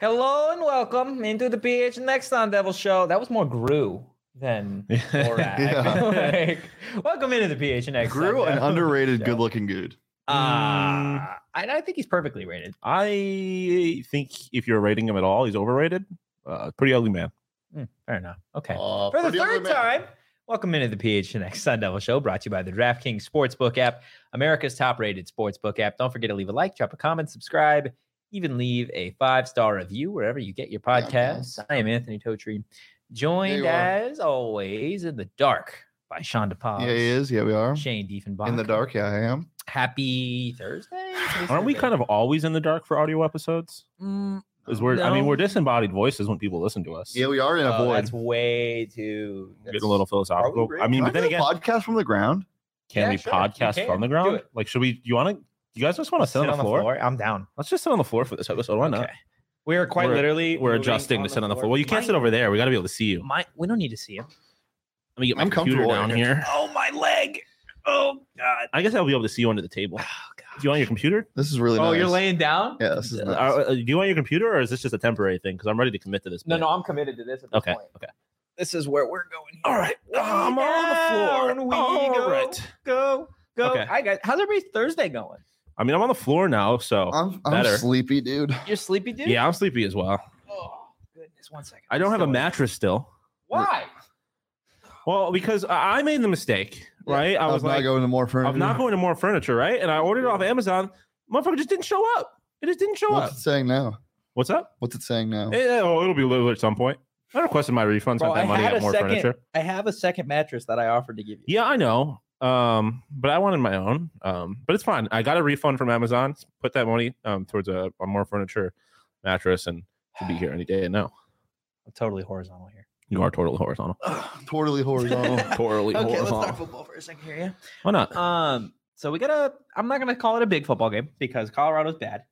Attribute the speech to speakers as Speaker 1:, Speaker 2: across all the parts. Speaker 1: Hello and welcome into the PH Next on Devil Show. That was more Gru than Borak.
Speaker 2: Yeah.
Speaker 1: Like, welcome into the PH Next.
Speaker 2: Grew
Speaker 1: on
Speaker 2: an
Speaker 1: Devil
Speaker 2: underrated,
Speaker 1: Show.
Speaker 2: good-looking Mm. dude.
Speaker 1: Ah, and I think he's perfectly rated.
Speaker 3: I think if you're rating him at all, he's overrated. Uh, pretty ugly man.
Speaker 1: Mm, fair enough. Okay.
Speaker 2: Uh,
Speaker 1: For the
Speaker 2: pretty
Speaker 1: third
Speaker 2: ugly man.
Speaker 1: time, welcome into the PHNX Sun Devil Show, brought to you by the DraftKings Sportsbook app, America's top-rated sportsbook app. Don't forget to leave a like, drop a comment, subscribe, even leave a five-star review wherever you get your
Speaker 2: Yeah,
Speaker 1: podcasts. I am Anthony Totri, joined
Speaker 2: you are.
Speaker 1: as always in the dark by Sean DePaz,
Speaker 2: Yeah, he is. Yeah, we are
Speaker 1: Shane Diefenbach.
Speaker 2: in the dark. Yeah, I am.
Speaker 1: Happy Thursday. Mm,
Speaker 3: Aren't we kind of always in the dark for audio episodes? Because we're, I
Speaker 1: Uh,
Speaker 3: mean,
Speaker 1: No.
Speaker 3: we're disembodied voices when people listen to us.
Speaker 2: Yeah, we are in a
Speaker 1: Oh,
Speaker 2: void.
Speaker 1: that's way too.
Speaker 3: Getting a little philosophical.
Speaker 1: really?
Speaker 3: I mean,
Speaker 2: Can I
Speaker 3: but then
Speaker 2: do a
Speaker 3: again,
Speaker 2: podcast from the ground.
Speaker 3: can
Speaker 1: Yeah,
Speaker 3: we
Speaker 1: sure, you
Speaker 3: podcast
Speaker 1: can.
Speaker 3: from the
Speaker 1: Do
Speaker 3: ground?
Speaker 1: it.
Speaker 3: Like, should we? Do you want to? You guys just want to sit, on, the floor?
Speaker 1: I'm down.
Speaker 3: Let's just sit on the floor for this episode. Why not?
Speaker 1: Okay. We are quite
Speaker 3: We're-
Speaker 1: literally.
Speaker 3: We're
Speaker 1: moving
Speaker 3: adjusting to sit on the floor. Well, you can't
Speaker 1: My-
Speaker 3: sit over there. We got to be able to see you.
Speaker 1: My, we don't need to see him.
Speaker 3: Let me get my
Speaker 2: I'm
Speaker 3: computer
Speaker 2: comfortable
Speaker 3: down
Speaker 2: right
Speaker 3: here.
Speaker 1: Oh my leg! Oh god!
Speaker 3: I guess I'll be able to see you under the table. Do you want your computer?
Speaker 2: This is really
Speaker 1: Oh,
Speaker 2: nice.
Speaker 1: you're laying down?
Speaker 2: Yeah, this is
Speaker 3: Uh,
Speaker 2: nice.
Speaker 3: uh, do you want your computer, or is this just a temporary thing? Because I'm ready to commit to this.
Speaker 1: No,
Speaker 3: bit.
Speaker 1: no, I'm committed to this. At this
Speaker 3: Okay.
Speaker 1: Point.
Speaker 3: Okay.
Speaker 1: This is where we're going. Here.
Speaker 3: All right. Ah,
Speaker 1: We
Speaker 3: I'm on the
Speaker 1: down,
Speaker 3: floor.
Speaker 1: We
Speaker 3: All
Speaker 1: go,
Speaker 3: right.
Speaker 1: Go. Go.
Speaker 3: Okay.
Speaker 1: Hi guys. How's everybody's Thursday going?
Speaker 3: I mean, I'm on the floor now, so
Speaker 2: I'm,
Speaker 3: better.
Speaker 2: I'm sleepy, dude.
Speaker 1: You're sleepy, dude.
Speaker 3: yeah, I'm sleepy as well.
Speaker 1: Oh goodness. One second.
Speaker 3: I don't have a
Speaker 1: Still-
Speaker 3: mattress still.
Speaker 1: Why?
Speaker 3: Well, because I I made the mistake, right? I was
Speaker 2: I'm not
Speaker 3: like,
Speaker 2: going to more furniture.
Speaker 3: I'm not going to more furniture, right? And I ordered it off Amazon. Motherfucker just didn't show up. It just didn't show
Speaker 2: What's
Speaker 3: up.
Speaker 2: it saying now?
Speaker 3: What's up?
Speaker 2: What's it saying now?
Speaker 3: Eh, eh, oh, it'll be delivered at some point. I requested my refund.
Speaker 1: Bro,
Speaker 3: Spent
Speaker 1: I
Speaker 3: that money
Speaker 1: had
Speaker 3: at
Speaker 1: a
Speaker 3: more
Speaker 1: second-
Speaker 3: furniture.
Speaker 1: I have a second mattress that I offered to give you.
Speaker 3: Yeah, I know. Um, but I wanted my own. Um, but it's fine. I got a refund from Amazon. Put that money um towards a, a more furniture mattress and to be here any day. And now
Speaker 1: I'm totally horizontal here.
Speaker 3: you are totally horizontal.
Speaker 2: totally horizontal.
Speaker 3: Totally
Speaker 1: Okay, let's
Speaker 3: horizontal.
Speaker 1: talk football for a second here. Yeah.
Speaker 3: Why not?
Speaker 1: Um, so we got a. I'm not gonna call it a big football game because Colorado's bad.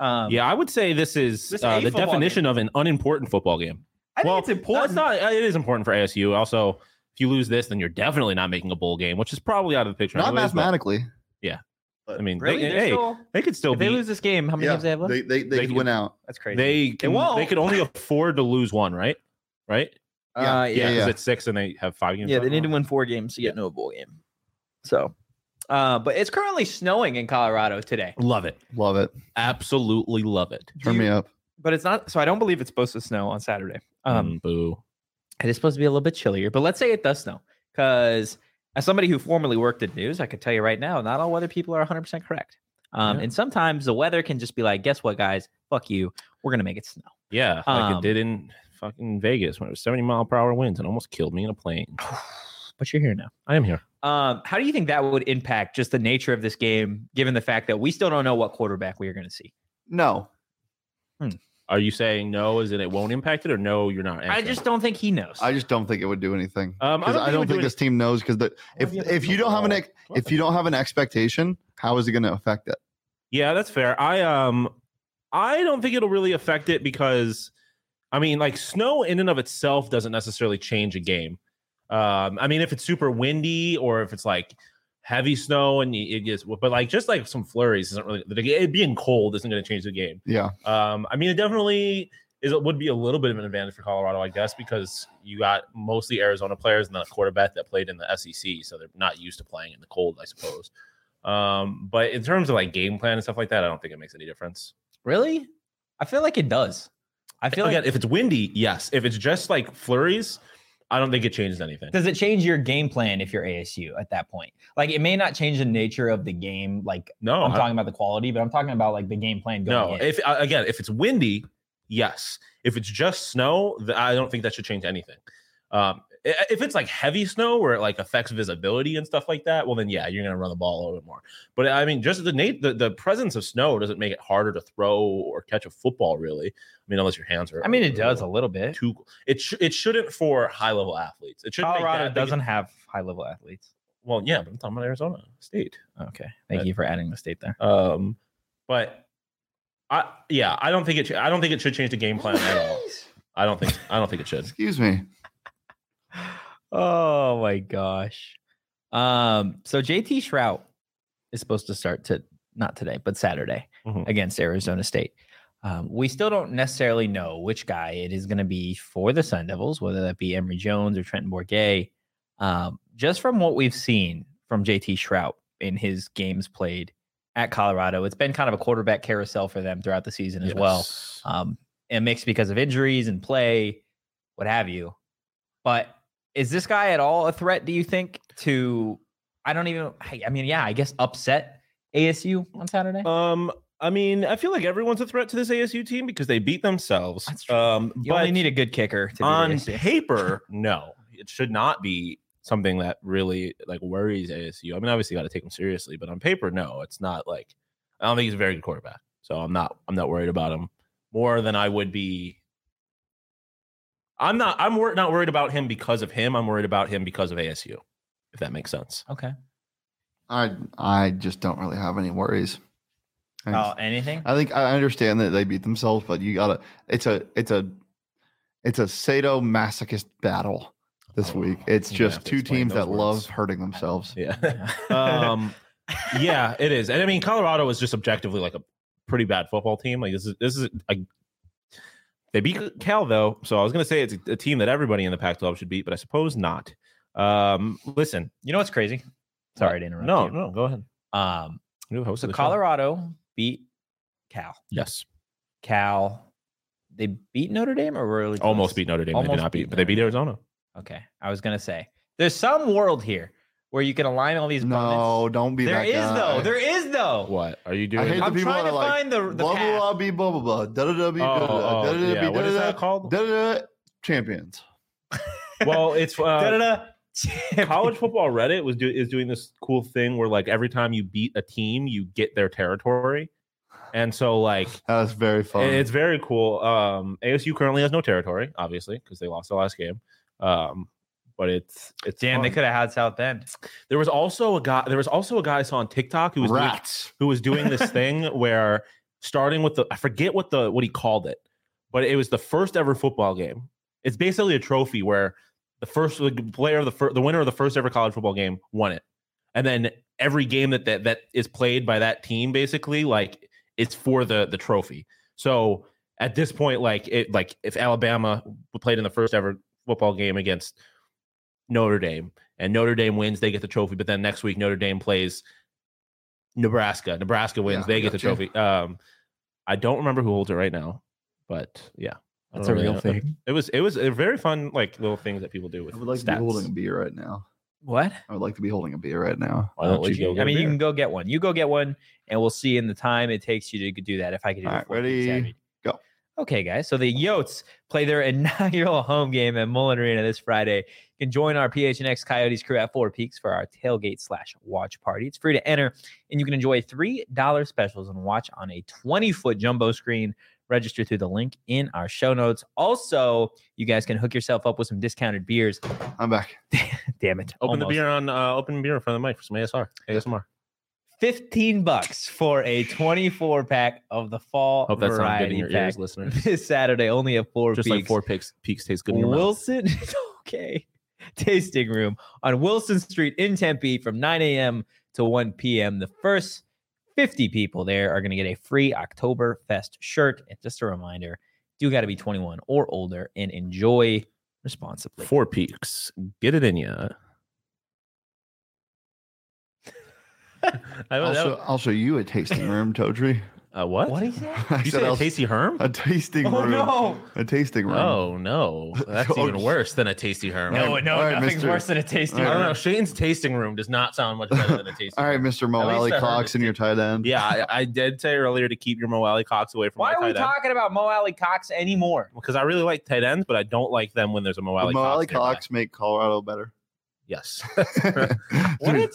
Speaker 1: Um,
Speaker 3: yeah, I would say this is
Speaker 1: This is
Speaker 3: uh,
Speaker 1: a
Speaker 3: the
Speaker 1: football
Speaker 3: definition of an unimportant football game.
Speaker 1: I think
Speaker 3: well,
Speaker 1: it's important.
Speaker 3: It's not. It is important for ASU. Also, if you lose this, then you're definitely not making a bowl game, which is probably out of the picture.
Speaker 2: not
Speaker 3: anyways, but,
Speaker 2: mathematically.
Speaker 3: I mean,
Speaker 1: really.
Speaker 3: they,
Speaker 1: They're
Speaker 3: hey,
Speaker 1: still-
Speaker 3: they could still
Speaker 1: if they
Speaker 3: be.
Speaker 1: lose this game, how many games they have left?
Speaker 2: they they, they,
Speaker 3: They
Speaker 2: went out.
Speaker 1: That's crazy.
Speaker 3: They can.
Speaker 1: won't.
Speaker 3: They could only afford to lose one, right? Right.
Speaker 2: Yeah,
Speaker 1: uh,
Speaker 3: Yeah,
Speaker 1: yeah,
Speaker 3: because
Speaker 2: yeah.
Speaker 3: it's six and they have five games.
Speaker 1: yeah,
Speaker 3: left
Speaker 1: they need
Speaker 3: now.
Speaker 1: to win four games to get no bowl game. So, uh, but it's currently snowing in Colorado today.
Speaker 3: Love it.
Speaker 2: Love it.
Speaker 3: Absolutely love it.
Speaker 2: Turn me up.
Speaker 1: But it's not. So I don't believe it's supposed to snow on Saturday. Um,
Speaker 3: Um, boo.
Speaker 1: It is supposed to be a little bit chillier, but let's say it does snow. Because as somebody who formerly worked at news, I could tell you right now, not all weather people are 100% correct. Um,
Speaker 3: Yeah.
Speaker 1: And sometimes the weather can just be like, guess what, guys? Fuck you. We're going to make it snow.
Speaker 3: Yeah, like
Speaker 1: Um,
Speaker 3: it did in fucking Vegas when it was 70 mile per hour winds and almost killed me in a plane.
Speaker 1: But you're here now.
Speaker 3: I am here.
Speaker 1: Um, how do you think that would impact just the nature of this game, given the fact that we still don't know what quarterback we are going to see?
Speaker 2: No.
Speaker 3: Are you saying no? Is it it won't impact it or no? You're not.
Speaker 1: I
Speaker 3: answering?
Speaker 1: just don't think he knows.
Speaker 2: I just don't think it would do anything.
Speaker 3: Um, I don't
Speaker 2: 'Cause
Speaker 3: think
Speaker 2: I
Speaker 3: it
Speaker 2: don't
Speaker 3: would
Speaker 2: think,
Speaker 3: do
Speaker 2: this team knows because
Speaker 3: I don't
Speaker 2: if
Speaker 3: think it
Speaker 2: if
Speaker 3: would
Speaker 2: you
Speaker 3: do
Speaker 2: don't have an
Speaker 3: anything.
Speaker 2: ex- if you don't have an expectation, how is it going to affect it?
Speaker 3: Yeah, that's fair. I um I don't think it'll really affect it because I mean, like snow in and of itself doesn't necessarily change a game. Um, I mean, if it's super windy or if it's like heavy snow and it gets, but like just like some flurries isn't really the- it being cold isn't going to change the game.
Speaker 2: Yeah.
Speaker 3: Um, I mean, it definitely is it would be a little bit of an advantage for Colorado, I guess, because you got mostly Arizona players and the quarterback that played in the SEC, so they're not used to playing in the cold, I suppose. Um, but in terms of like game plan and stuff like that, I don't think it makes any difference.
Speaker 1: really? I feel like it does. I feel
Speaker 3: Again,
Speaker 1: like.
Speaker 3: if it's windy, yes. If it's just like flurries, I don't think it changes anything.
Speaker 1: does it change your game plan if you're ASU at that point? Like, it may not change the nature of the game, like
Speaker 3: No,
Speaker 1: I'm
Speaker 3: I-
Speaker 1: talking about the quality, but I'm talking about like the game plan going
Speaker 3: Uh-huh. no.
Speaker 1: in.
Speaker 3: If uh, again, if it's windy, yes. If it's just snow, th- I don't think that should change anything. Um, i- if it's like heavy snow where it like affects visibility and stuff like that, well then yeah, you're gonna run the ball a little bit more. But I mean, just the nat- the, the presence of snow doesn't make it harder to throw or catch a football, really. I mean, unless your hands are.
Speaker 1: I mean, it does a little bit.
Speaker 3: Too, it sh- it shouldn't for high level athletes. It shouldn't. make
Speaker 1: Colorado
Speaker 3: that big a-
Speaker 1: doesn't have high level athletes.
Speaker 3: Well, yeah, but I'm talking about Arizona State.
Speaker 1: Okay. Thank
Speaker 3: Uh,
Speaker 1: you for adding the state there.
Speaker 3: Um, but I yeah, I don't think it. sh- I don't think it should change the game plan at all. I don't think. I don't think it should.
Speaker 2: Excuse me.
Speaker 1: Oh my gosh. Um, so JT Shrout is supposed to start to not today, but Saturday
Speaker 3: Mhm.
Speaker 1: against Arizona State. Um, we still don't necessarily know which guy it is going to be for the Sun Devils, whether that be Emory Jones or Trenton Bourget. Um, just from what we've seen from JT Shrout in his games played at Colorado, it's been kind of a quarterback carousel for them throughout the season as well
Speaker 3: Yes.
Speaker 1: um, a mix because of injuries and play, what have you. But is this guy at all a threat? Do you think to? I don't even. I I mean, yeah, I guess upset ASU on Saturday.
Speaker 3: Um, I mean, I feel like everyone's a threat to this ASU team because they beat themselves.
Speaker 1: That's true.
Speaker 3: Um,
Speaker 1: you
Speaker 3: but
Speaker 1: only need a good kicker to be
Speaker 3: on
Speaker 1: ASU.
Speaker 3: paper, no, it should not be something that really like worries ASU. I mean, obviously, you got to take him seriously, but on paper, no, it's not like I don't think he's a very good quarterback, so I'm not I'm not worried about him more than I would be. I'm not I'm wor- not worried about him because of him. I'm worried about him because of ASU, if that makes sense.
Speaker 1: Okay.
Speaker 2: I I just don't really have any worries. I
Speaker 3: Uh,
Speaker 1: Oh, anything?
Speaker 2: I think I understand that they beat themselves, but you gotta. It's a it's a it's a sadomasochist battle this
Speaker 3: Oh,
Speaker 2: week. It's
Speaker 3: you're gonna
Speaker 2: just
Speaker 3: have to
Speaker 2: two
Speaker 3: explain
Speaker 2: teams
Speaker 3: those
Speaker 2: that love
Speaker 3: words.
Speaker 2: hurting themselves.
Speaker 3: Yeah. um yeah it is and i mean colorado is just objectively like a pretty bad football team like this is this is a, they beat cal though so i was going to say it's a, a team that everybody in the pac 12 should beat but i suppose not um listen
Speaker 1: you know what's crazy? Sorry to interrupt.
Speaker 3: no
Speaker 1: you.
Speaker 3: no go ahead
Speaker 1: Um,
Speaker 3: New host
Speaker 1: so
Speaker 3: of the show.
Speaker 1: Colorado beat Cal.
Speaker 3: yes
Speaker 1: Cal. They beat Notre Dame or were really close?
Speaker 3: almost beat notre dame they
Speaker 1: Almost
Speaker 3: did not
Speaker 1: beat
Speaker 3: beat but they beat arizona
Speaker 1: Okay, I was gonna say there's some world here where you can align all these.
Speaker 2: No,
Speaker 1: opponents.
Speaker 2: don't be
Speaker 1: There
Speaker 2: that
Speaker 1: is
Speaker 2: guy.
Speaker 1: though. There is though.
Speaker 3: what are you
Speaker 2: I
Speaker 3: doing
Speaker 2: hate the
Speaker 1: I'm
Speaker 2: people
Speaker 1: trying
Speaker 2: that
Speaker 1: to
Speaker 2: are like,
Speaker 1: find the the
Speaker 2: blah blah
Speaker 1: path.
Speaker 2: blah be blah blah blah da da da be
Speaker 3: Oh,
Speaker 2: da da
Speaker 3: oh,
Speaker 2: da da da
Speaker 3: yeah.
Speaker 2: be
Speaker 3: What is
Speaker 2: da
Speaker 3: that
Speaker 2: da
Speaker 3: called?
Speaker 2: da da da champions.
Speaker 3: well it's uh,
Speaker 1: Da-da-da.
Speaker 3: college football reddit was do, is doing this cool thing where like every time you beat a team you get their territory and so like
Speaker 2: That's very fun.
Speaker 3: It's very cool. Um, ASU currently has no territory, obviously, because they lost the last game. Um, but it's it's
Speaker 1: Damn, they
Speaker 3: fun.
Speaker 1: could have had South Bend.
Speaker 3: There was also a guy. There was also a guy I saw on TikTok who was doing,
Speaker 2: Rats.
Speaker 3: who was doing this thing where starting with the I forget what the what he called it, but it was the first ever football game. It's basically a trophy where the first the player of the fir- the winner of the first ever college football game won it, and then every game that that, that is played by that team basically like it's for the the trophy. So at this point, like it like if Alabama played in the first ever football game against Notre Dame and Notre Dame wins, they get the trophy. But then next week Notre Dame plays Nebraska. Nebraska wins,
Speaker 2: Yeah,
Speaker 3: they
Speaker 2: I
Speaker 3: get the
Speaker 2: got you.
Speaker 3: trophy. Um, I don't remember who holds it right now, but yeah, I don't really know.
Speaker 1: thing.
Speaker 3: It was it was a very fun like little things that people do with
Speaker 2: I would like to be
Speaker 3: stats.
Speaker 2: holding a beer right now.
Speaker 1: What?
Speaker 2: I would like to be holding a beer right now.
Speaker 3: Why don't
Speaker 1: Oh,
Speaker 3: you
Speaker 1: gee.
Speaker 3: go get
Speaker 1: I
Speaker 3: a
Speaker 1: mean, you
Speaker 3: beer?
Speaker 1: can go get one. You go get one, and we'll see in the time it takes you to do that. If I could do
Speaker 2: All
Speaker 1: the
Speaker 2: right,
Speaker 1: full thing,
Speaker 2: ready,
Speaker 1: Savvy.
Speaker 2: go.
Speaker 1: Okay, guys. So the Yotes play their inaugural home game at Mullen Arena this Friday. You can join our PHNX Coyotes crew at Four Peaks for our tailgate slash watch party. It's free to enter, and you can enjoy three dollar specials and watch on a twenty foot jumbo screen. Register through the link in our show notes. Also, you guys can hook yourself up with some discounted beers.
Speaker 2: I'm back.
Speaker 1: Damn it!
Speaker 3: Open
Speaker 1: almost.
Speaker 3: the beer on uh, open beer in front of the mic for some ASR ASMR.
Speaker 1: 15 bucks for a 24 pack of the fall
Speaker 3: Hope that's not good in
Speaker 1: variety
Speaker 3: your
Speaker 1: pack
Speaker 3: ears, listeners.
Speaker 1: this Saturday only at four
Speaker 3: Just
Speaker 1: peaks.
Speaker 3: like four peaks, peaks taste good in your mouth.
Speaker 1: Wilson okay tasting room on Wilson Street in Tempe from 9 a.m. to 1 p.m. The first 50 people there are going to get a free October Fest shirt. And just a reminder, you got to be 21 or older and enjoy responsibly.
Speaker 3: Four peaks. Get it in ya. I
Speaker 2: I'll
Speaker 3: don't
Speaker 2: show,
Speaker 3: know.
Speaker 2: I'll show you a tasting room, Totri.
Speaker 3: Uh, what?
Speaker 1: What is that?
Speaker 2: I
Speaker 3: You
Speaker 2: said
Speaker 3: said
Speaker 2: I'll-
Speaker 3: a tasty herm?
Speaker 2: a tasting
Speaker 1: Oh
Speaker 2: room.
Speaker 1: no!
Speaker 2: A tasting room.
Speaker 3: Oh no, that's
Speaker 2: Oh,
Speaker 3: even
Speaker 2: sh-
Speaker 3: worse than a tasty herm.
Speaker 1: No, no,
Speaker 2: All right,
Speaker 1: nothing's
Speaker 2: mister.
Speaker 1: worse than a tasting
Speaker 3: I
Speaker 2: All
Speaker 1: room.
Speaker 3: don't
Speaker 2: right.
Speaker 3: know. Shane's tasting room does not sound much better than a tasty.
Speaker 2: All right,
Speaker 3: room.
Speaker 2: Mr.
Speaker 3: I
Speaker 2: Moali
Speaker 3: heard
Speaker 2: Cox
Speaker 3: it.
Speaker 2: and your tight end.
Speaker 3: Yeah, I, I did say earlier to keep your Mo Alley Cox away from
Speaker 1: Why
Speaker 3: my
Speaker 1: are we
Speaker 3: tight end
Speaker 1: talking about Mo Alley Cox anymore?
Speaker 3: because I really like tight ends, but I don't like them when there's a Mo
Speaker 2: Would
Speaker 3: Alley
Speaker 2: Mo Alley
Speaker 3: Cox. nearby.
Speaker 2: Cox make Colorado better?
Speaker 3: Yes.
Speaker 2: Dude,
Speaker 1: What?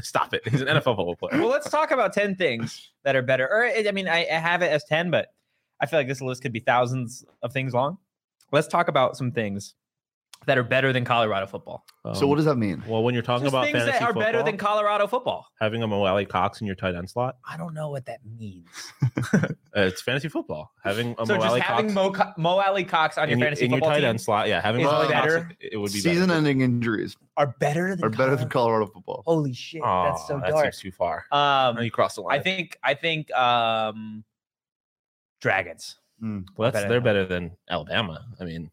Speaker 3: Stop it. He's an NFL football player.
Speaker 1: well, let's talk about 10 things that are better. Or, I I mean, I, I have it as 10, but I feel like this list could be thousands of things long. Let's talk about some things that are better than Colorado football.
Speaker 2: so what does that mean?
Speaker 3: Um, Well, when you're talking
Speaker 1: Just
Speaker 3: about
Speaker 1: things
Speaker 3: fantasy
Speaker 1: that are
Speaker 3: football,
Speaker 1: better than Colorado football.
Speaker 3: having a Mo Alley Cox in your tight end slot,
Speaker 1: I don't know what that means.
Speaker 3: uh, it's fantasy football. Having a
Speaker 1: so
Speaker 3: Mo
Speaker 1: just
Speaker 3: Alley
Speaker 1: having
Speaker 3: Cox
Speaker 1: Mo, Co- Mo Alley Cox on your
Speaker 3: in, your,
Speaker 1: fantasy
Speaker 3: in your
Speaker 1: football
Speaker 3: tight
Speaker 1: team
Speaker 3: end slot, yeah, having
Speaker 1: is
Speaker 3: Mo Alley Cox,
Speaker 1: better.
Speaker 3: it, it would be better.
Speaker 2: Season-ending injuries
Speaker 1: are better than
Speaker 2: are better than
Speaker 1: Colorado-
Speaker 2: Colorado
Speaker 3: Oh,
Speaker 2: football.
Speaker 1: Holy shit,
Speaker 3: Aw,
Speaker 1: that's so
Speaker 3: that
Speaker 1: dark. Oh,
Speaker 3: seems too far. Now
Speaker 1: Um,
Speaker 3: you cross the line.
Speaker 1: I think I think um Dragons.
Speaker 2: Mm.
Speaker 3: Well, that's,
Speaker 1: Better
Speaker 3: they're
Speaker 1: than-
Speaker 3: better than Alabama. I mean,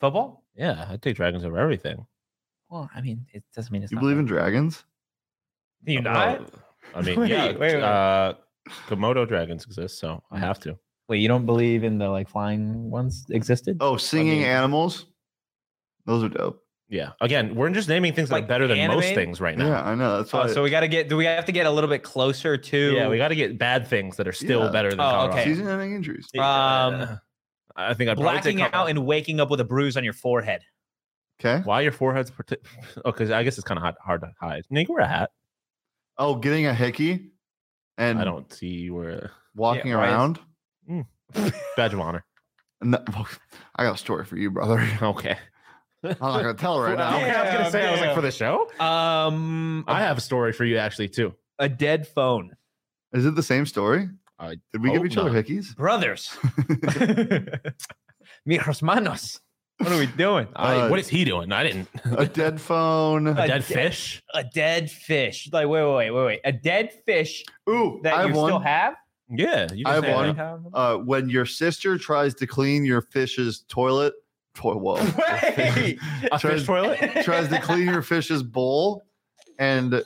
Speaker 1: Football?
Speaker 3: yeah, I'd take Dragons over everything.
Speaker 1: Well, I mean, it doesn't mean it's
Speaker 2: You
Speaker 1: not
Speaker 2: believe
Speaker 1: better.
Speaker 2: in dragons?
Speaker 1: you
Speaker 3: Well,
Speaker 1: not?
Speaker 3: Oh, I mean,
Speaker 1: Wait,
Speaker 3: yeah.
Speaker 1: wait, wait. Mm.
Speaker 3: Uh, Komodo dragons exist, so I have to.
Speaker 1: Wait, you don't believe in the like flying ones existed?
Speaker 2: Oh, singing
Speaker 3: mean-
Speaker 2: animals. Those are dope.
Speaker 3: Yeah. Again, we're just naming things that
Speaker 1: Like
Speaker 3: are better than most
Speaker 1: anime?
Speaker 3: things right
Speaker 2: Yeah,
Speaker 3: now.
Speaker 2: I know. That's why.
Speaker 1: Oh, so we got to get. Do we have to get a little bit closer
Speaker 3: Yeah,
Speaker 1: to?
Speaker 3: we got to get bad things that are still
Speaker 2: Yeah.
Speaker 3: better than.
Speaker 1: Oh,
Speaker 3: Colorado.
Speaker 1: okay.
Speaker 2: season-ending injuries.
Speaker 3: Yeah. I think I'd probably take
Speaker 1: Um, blacking out
Speaker 3: Colorado.
Speaker 1: and waking up with a bruise on your forehead.
Speaker 2: Okay.
Speaker 3: Why your forehead's parti- oh, because I guess it's kind of hard, hard to hide. No, you can wear a hat.
Speaker 2: Oh, getting a hickey and
Speaker 3: I don't see where
Speaker 2: walking
Speaker 1: Yeah, why is-
Speaker 2: around.
Speaker 3: badge of honor.
Speaker 2: No, I got a story for you, brother. I'm
Speaker 3: Okay.
Speaker 2: not gonna tell right
Speaker 3: Well,
Speaker 2: now.
Speaker 3: okay, I was gonna
Speaker 1: Yeah,
Speaker 3: say I was like
Speaker 1: yeah.
Speaker 3: for the show.
Speaker 1: Um,
Speaker 3: I have a story for you actually too.
Speaker 1: a dead phone,
Speaker 2: Is it the same story?
Speaker 3: I
Speaker 2: Did we give
Speaker 3: hope
Speaker 2: each other
Speaker 3: not.
Speaker 2: hickeys?
Speaker 1: brothers. Mi hermanos, what are we doing?
Speaker 3: I,
Speaker 2: Uh,
Speaker 3: what is he doing? I didn't.
Speaker 2: A dead phone.
Speaker 3: A
Speaker 1: a
Speaker 3: dead
Speaker 1: dead-
Speaker 3: fish.
Speaker 1: A dead fish. Like wait, wait, wait, wait, wait. A dead fish
Speaker 2: Ooh,
Speaker 1: that
Speaker 2: I have
Speaker 1: you
Speaker 2: one.
Speaker 1: still have.
Speaker 3: Yeah, you
Speaker 2: I
Speaker 3: just
Speaker 2: have
Speaker 3: had
Speaker 2: one.
Speaker 3: that.
Speaker 2: uh, when your sister tries to clean your fish's toilet, to- whoa,
Speaker 1: Wait.
Speaker 3: A fish
Speaker 2: Tries-
Speaker 3: toilet.
Speaker 2: Oh. tries to clean your fish's bowl, and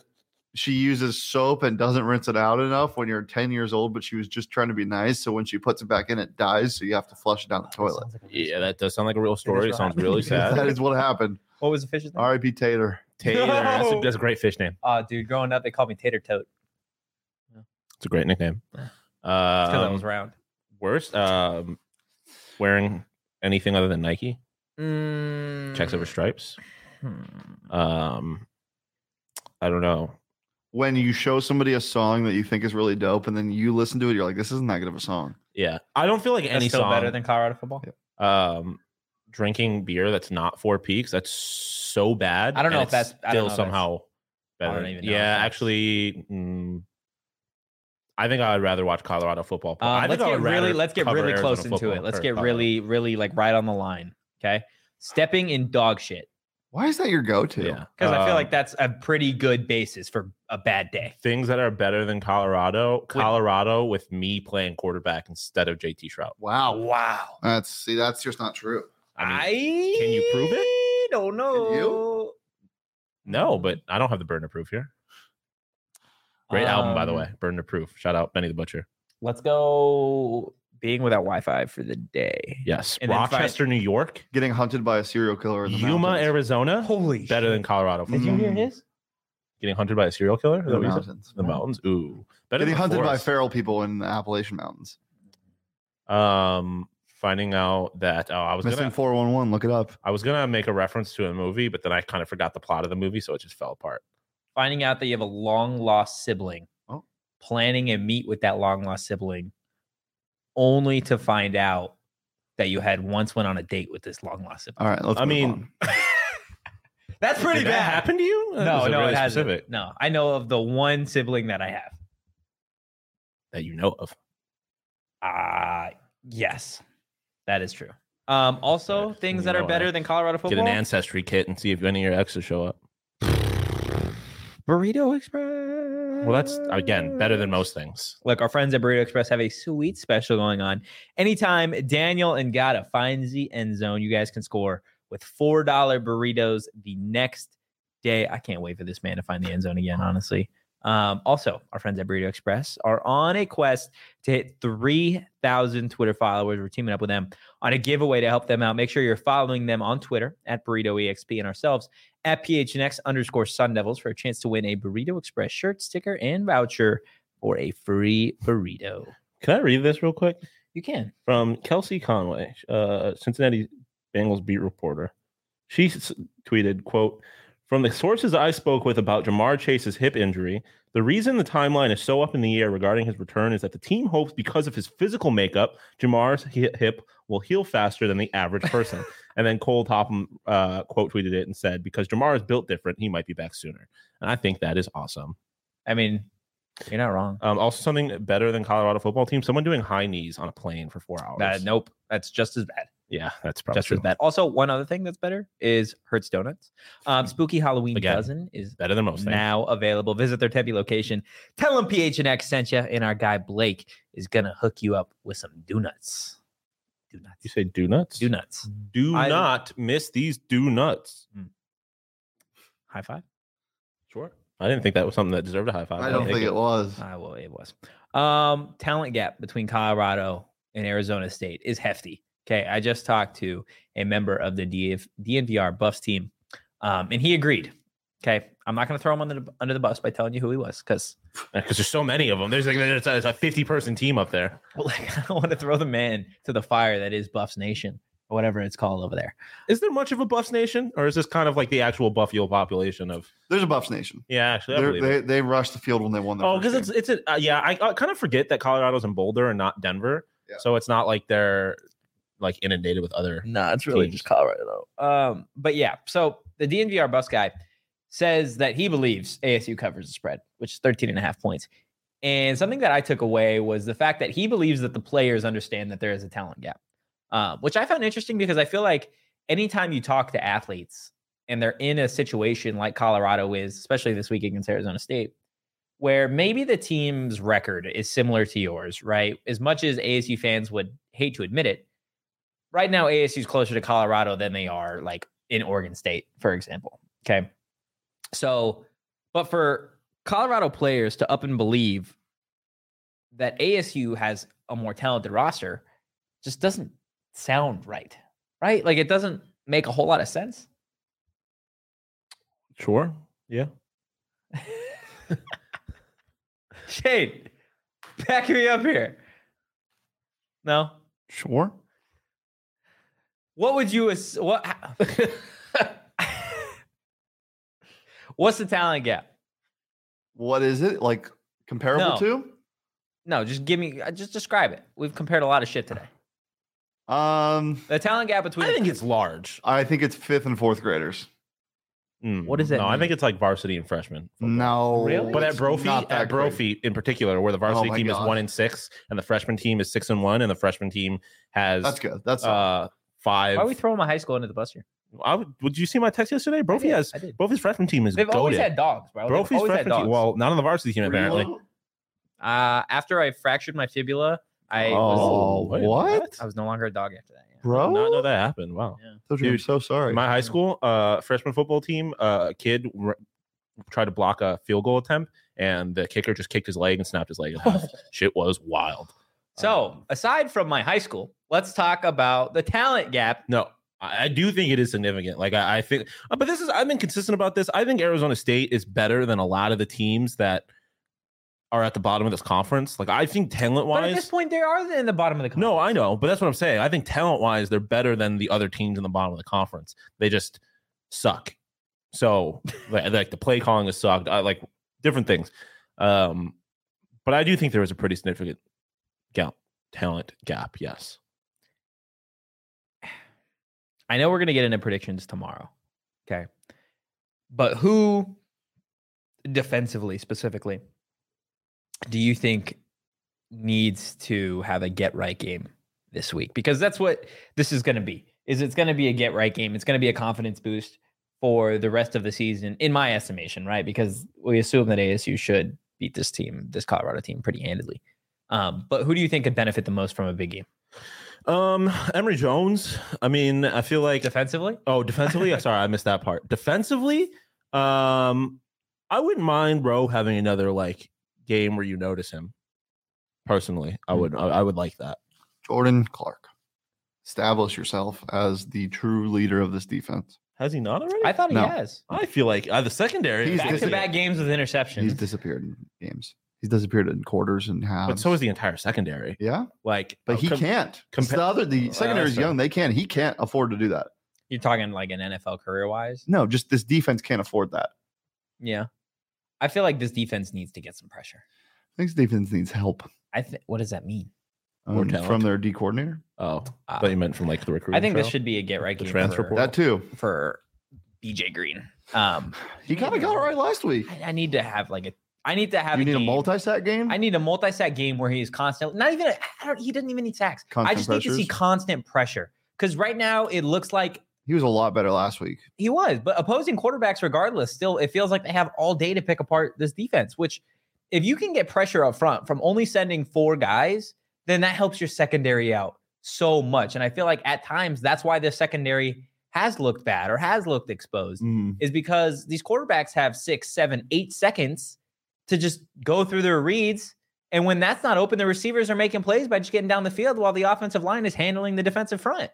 Speaker 2: she uses soap and doesn't rinse it out enough when you're 10 years old, but she was just trying to be nice. So when she puts it back in, it dies. So you have to flush it down the toilet.
Speaker 3: Yeah, that does sound like a real story. It
Speaker 1: what
Speaker 3: sounds
Speaker 1: happened.
Speaker 3: really sad.
Speaker 2: that is what happened.
Speaker 1: What was the fish's name?
Speaker 2: R.I.P. Tater.
Speaker 3: Taylor, that's, a,
Speaker 1: No.
Speaker 3: that's a great fish name.
Speaker 1: Uh, dude, growing up they called me Tater Tote
Speaker 3: It's a great nickname.
Speaker 1: Yeah. because I was
Speaker 3: Um,
Speaker 1: round.
Speaker 3: worst, um, wearing anything other than Nike
Speaker 1: Mm-hmm.
Speaker 3: checks
Speaker 2: Mm.
Speaker 3: over stripes.
Speaker 1: Hmm.
Speaker 3: Um, I don't know.
Speaker 2: When you show somebody a song that you think is really dope, and then you listen to it, you're like, this isn't that good of a song.
Speaker 3: Yeah, I don't feel like
Speaker 1: That's
Speaker 3: any
Speaker 1: still
Speaker 3: song
Speaker 1: better than Colorado football.
Speaker 3: um drinking beer that's not four peaks that's so bad
Speaker 1: I don't know
Speaker 3: and
Speaker 1: if
Speaker 3: it's
Speaker 1: that's- I
Speaker 3: still
Speaker 1: don't know if that's-
Speaker 3: somehow better
Speaker 1: don't even know if
Speaker 3: yeah
Speaker 1: that's-
Speaker 3: actually mm, i think i would rather watch colorado football
Speaker 1: Um,
Speaker 3: I think
Speaker 1: let's
Speaker 3: I
Speaker 1: get
Speaker 3: would
Speaker 1: really
Speaker 3: rather
Speaker 1: let's get
Speaker 3: cover
Speaker 1: really
Speaker 3: Arizona
Speaker 1: close into
Speaker 3: football
Speaker 1: it. Let's
Speaker 3: or
Speaker 1: get
Speaker 3: Colorado.
Speaker 1: really really like right on the line. Okay, stepping in dog shit
Speaker 2: Why is that your go to?
Speaker 3: yeah
Speaker 1: because I feel
Speaker 3: Um,
Speaker 1: like that's a pretty good basis for a bad day.
Speaker 3: things that are better than colorado colorado with me playing quarterback instead of jt shroud
Speaker 2: Wow.
Speaker 1: Oh, wow,
Speaker 2: That's see, that's just not true.
Speaker 1: I,
Speaker 3: i mean can you prove
Speaker 1: it? Don't know.
Speaker 2: you?
Speaker 3: no but i don't have the burden of proof here great album by the
Speaker 1: Um,
Speaker 3: way burden of proof shout out benny the butcher
Speaker 1: Let's go being without Wi-Fi for the day.
Speaker 3: yes
Speaker 1: And then fi-
Speaker 3: rochester new york
Speaker 2: Getting hunted by a serial killer in the
Speaker 3: yuma
Speaker 2: mountains.
Speaker 3: arizona
Speaker 1: Holy
Speaker 3: better than
Speaker 1: shit.
Speaker 3: colorado
Speaker 1: Did you hear
Speaker 2: Mm.
Speaker 1: his?
Speaker 3: getting hunted by a serial killer? Is
Speaker 2: In
Speaker 3: that
Speaker 2: the
Speaker 3: what you said?
Speaker 2: mountains.
Speaker 3: The mountains. Ooh, better
Speaker 2: Getting
Speaker 3: than
Speaker 2: hunted by
Speaker 3: forest.
Speaker 2: feral people in the Appalachian Mountains.
Speaker 3: Um, finding out that oh, I was
Speaker 2: Missing
Speaker 3: gonna
Speaker 2: four one one. Look it up.
Speaker 3: I was gonna make a reference to a movie, but then I kind of forgot the plot of the movie, so it just fell apart.
Speaker 1: Finding out that you have a long lost sibling.
Speaker 2: Oh.
Speaker 1: Planning a meet with that long lost sibling, only to find out that you had once went on a date with this long lost sibling.
Speaker 2: All right, let's.
Speaker 3: I
Speaker 2: move
Speaker 3: mean,
Speaker 2: on.
Speaker 1: That's pretty
Speaker 3: Did
Speaker 1: bad.
Speaker 3: That happen to you? That
Speaker 1: No,
Speaker 3: was a
Speaker 1: no,
Speaker 3: really
Speaker 1: it hasn't.
Speaker 3: specific
Speaker 1: No, I know of the one sibling that I have.
Speaker 3: that you know of.
Speaker 1: Ah, yes, that is true. Um, also,
Speaker 3: Right.
Speaker 1: things
Speaker 3: You
Speaker 1: that are
Speaker 3: know,
Speaker 1: better
Speaker 3: I
Speaker 1: than Colorado football.
Speaker 3: Get an ancestry kit and see if any of your exes show up.
Speaker 1: Burrito Express.
Speaker 3: Well, that's again better than most things.
Speaker 1: Look, our friends at Burrito Express have a sweet special going on. Anytime Daniel and Gata finds the end zone, you guys can score with $4 burritos the next day. I can't wait for this man to find the end zone again, honestly. Um, also, our friends at Burrito Express are on a quest to hit 3,000 Twitter followers. We're teaming up with them on a giveaway to help them out. Make sure you're following them on Twitter at Burrito EXP and ourselves at PHNX underscore Sun Devils for a chance to win a Burrito Express shirt, sticker, and voucher for a free burrito.
Speaker 3: Can I read this real quick?
Speaker 1: You can.
Speaker 3: from Kelsey Conway, uh, Cincinnati Bengals beat reporter. She s- tweeted, "Quote from the sources I spoke with about Jamar Chase's hip injury, the reason the timeline is so up in the air regarding his return is that the team hopes because of his physical makeup, Jamar's hi- hip will heal faster than the average person." and then Cole Topham uh, quote tweeted it and said, "Because Jamar is built different, he might be back sooner." And I think that is awesome.
Speaker 1: I mean, you're not wrong.
Speaker 3: Um, also, something better than Colorado football team: someone doing high knees on a plane for four hours.
Speaker 1: Uh, nope, that's just as bad.
Speaker 3: Yeah, that's Oh, probably
Speaker 1: Just
Speaker 3: true.
Speaker 1: as bad. Also, one other thing that's better is Hertz Donuts. Um, Spooky Halloween
Speaker 3: Hmm. Again.
Speaker 1: Dozen is
Speaker 3: Better than most. Things.
Speaker 1: now available. Visit their Tempe location. Tell them PHNX sent you, and our guy Blake is gonna hook you up with some donuts. Donuts.
Speaker 3: You say do nuts?
Speaker 1: Donuts.
Speaker 3: Do
Speaker 1: I-
Speaker 3: not miss these do nuts.
Speaker 1: High five.
Speaker 3: Sure. I didn't think that was something that deserved a high five.
Speaker 2: I don't think it was.
Speaker 1: I will. It was. Um, talent gap between Colorado and Arizona State is hefty. Okay, I just talked to a member of the DF, DNVR Buffs team, um, and he agreed. Okay, I'm not going to throw him under the, under the bus by telling you who he was because
Speaker 3: because there's so many of them. There's like there's a, it's a 50 person team up there.
Speaker 1: well, like, I don't want to throw the man to the fire that is Buffs Nation or whatever it's called over there.
Speaker 3: Is there much of a Buffs nation, or is this kind of like the actual Buffalo population of?
Speaker 2: There's a Buffs Nation.
Speaker 3: Yeah, actually, I
Speaker 2: They're-
Speaker 3: believe it.
Speaker 2: They they rushed the field when they won. Their
Speaker 3: Oh,
Speaker 2: first
Speaker 3: because it's
Speaker 2: game.
Speaker 3: it's a, uh, yeah. I, I kind of forget that Colorado's in Boulder and not Denver,
Speaker 2: Yeah.
Speaker 3: so it's not like they're like inundated with other.
Speaker 1: No, it's really
Speaker 3: teams.
Speaker 1: just Colorado. Um, but yeah, so the DNVR bus guy says that he believes ASU covers the spread, which is 13 and a half points. And something that I took away was the fact that he believes that the players understand that there is a talent gap, uh, which I found interesting because I feel like anytime you talk to athletes and they're in a situation like Colorado is, especially this week against Arizona State, where maybe the team's record is similar to yours, right? As much as ASU fans would hate to admit it, right now ASU's closer to Colorado than they are like in Oregon State, for example. Okay. So, but for Colorado players to up and believe that ASU has a more talented roster just doesn't sound right. Right? Like it doesn't make a whole lot of sense.
Speaker 3: Sure. Yeah.
Speaker 1: Shade, back me up here. No.
Speaker 2: sure.
Speaker 1: What would you ass- what What's the talent gap?
Speaker 2: What is it like comparable
Speaker 1: No.
Speaker 2: to?
Speaker 1: No, just give me, uh, just describe it. We've compared a lot of shit today.
Speaker 2: Um,
Speaker 1: The talent gap between.
Speaker 3: I think it's large.
Speaker 2: I think it's fifth and fourth graders.
Speaker 3: Mm,
Speaker 1: What does that
Speaker 3: No, I
Speaker 1: mean?
Speaker 3: think it's like varsity and freshman.
Speaker 2: No,
Speaker 1: Really?
Speaker 3: But at
Speaker 2: it's
Speaker 3: Brophy,
Speaker 2: not that Oh
Speaker 3: at Brophy in particular, where the varsity
Speaker 2: my
Speaker 3: team is
Speaker 2: God.
Speaker 3: one and six, and the freshman team is six and one, and the freshman team has
Speaker 2: great. That's good. That's
Speaker 3: uh five.
Speaker 1: why are we throwing my high school under the bus here?
Speaker 3: I would, would you see my text yesterday? Brophy
Speaker 1: did,
Speaker 3: has
Speaker 1: I did.
Speaker 3: Brophy's freshman team is
Speaker 1: They've always
Speaker 3: goated.
Speaker 1: had dogs, bro. They've
Speaker 3: Brophy's
Speaker 1: always had
Speaker 3: freshman team.
Speaker 1: dogs.
Speaker 3: Well, not on the varsity team
Speaker 2: Were you
Speaker 3: apparently.
Speaker 2: little?
Speaker 1: uh, after I fractured my fibula, I was
Speaker 2: Oh,
Speaker 3: wait,
Speaker 2: what?
Speaker 1: I was no longer a dog after that. yeah.
Speaker 2: bro.
Speaker 3: Did not know that happened. Wow.
Speaker 2: Told you, I'm
Speaker 3: Dude,
Speaker 2: so sorry.
Speaker 3: My high school uh, freshman football team, uh, a kid r- tried to block a field goal attempt, and the kicker just kicked his leg and snapped his leg. In half. Shit was wild.
Speaker 1: So, aside from my high school, let's talk about the talent gap.
Speaker 3: No, I, I do think it is significant. Like I, I think, uh, but this is I've been consistent about this. I think Arizona State is better than a lot of the teams that are at the bottom of this conference. Like I think talent
Speaker 1: But at this
Speaker 3: wise.
Speaker 1: point, they are in the bottom of the.
Speaker 3: No, I
Speaker 1: conference.
Speaker 3: know, but that's what I'm saying. I think talent wise, they're better than the other teams in the bottom of the conference. They just suck. So like, like the play calling has sucked. I, like different things. Um, but I do think there was a pretty significant gap, talent gap. Yes.
Speaker 1: I know we're gonna get into predictions tomorrow. Okay. But who defensively specifically do you think needs to have a get right game this week? Because that's what this is gonna be. Is it's gonna be a get right game. It's gonna be a confidence boost for the rest of the season, in my estimation, right? Because we assume that ASU should beat this team, this Colorado team pretty handedly. Um, but who do you think could benefit the most from a big game?
Speaker 3: Um, Emory Jones. I mean, I feel like
Speaker 1: Defensively?
Speaker 3: Oh, defensively. Sorry, I missed that part. Defensively, um, I wouldn't mind Rowe having another like game where you notice him. Personally, I would. I, I would like that.
Speaker 2: Jordan Clark. Establish yourself as the true leader of this defense.
Speaker 3: Has he not already?
Speaker 1: I
Speaker 3: I,
Speaker 1: thought he
Speaker 2: No.
Speaker 1: has.
Speaker 3: feel like uh, the secondary.
Speaker 2: He's
Speaker 3: is
Speaker 2: E
Speaker 1: back to
Speaker 3: good,
Speaker 1: back games with
Speaker 2: He's E
Speaker 1: interceptions.
Speaker 2: disappeared in games. He's disappeared in quarters and halves.
Speaker 3: but so is the entire secondary.
Speaker 2: yeah,
Speaker 3: Like, oh,
Speaker 2: but he
Speaker 3: com-
Speaker 2: can't. It's
Speaker 3: compa-
Speaker 2: the other
Speaker 3: Oh,
Speaker 2: the
Speaker 3: yeah,
Speaker 2: secondary is
Speaker 3: sorry.
Speaker 2: young. They can. He can't afford to do that.
Speaker 1: You're talking like an NFL career wise.
Speaker 2: No, just this defense can't afford that.
Speaker 1: Yeah. I feel like this defense needs to get some pressure.
Speaker 2: I think this defense needs help
Speaker 1: I think what does that mean?
Speaker 3: More
Speaker 2: um,
Speaker 3: talent.
Speaker 2: from their D coordinator.
Speaker 3: Oh,
Speaker 1: Uh,
Speaker 3: I thought you meant from like the recruiting.
Speaker 1: I think this
Speaker 3: trail.
Speaker 1: should be a get right
Speaker 3: The
Speaker 1: game
Speaker 3: transfer
Speaker 1: for,
Speaker 3: portal.
Speaker 2: That too.
Speaker 1: for BJ Green. Um
Speaker 2: He kind of got it right last week.
Speaker 1: I, I need to have like a I need to have
Speaker 2: You need a
Speaker 1: game-
Speaker 2: multi-sack game.
Speaker 1: I need a multi-sack game where he is constant. Not even. A, I don't. He doesn't even need sacks. I
Speaker 2: Constant
Speaker 1: just need to see
Speaker 2: pressures?
Speaker 1: constant pressure. Because right now it looks like
Speaker 2: He was a lot better last week.
Speaker 1: he was, but opposing quarterbacks, regardless, still it feels like they have all day to pick apart this defense. Which, if you can get pressure up front from only sending four guys, then that helps your secondary out so much. And I feel like at times that's why the secondary has looked bad or has looked exposed
Speaker 3: Mm-hmm.
Speaker 1: is because these quarterbacks have six, seven, eight seconds to just go through their reads. And when that's not open, the receivers are making plays by just getting down the field while the offensive line is handling the defensive front.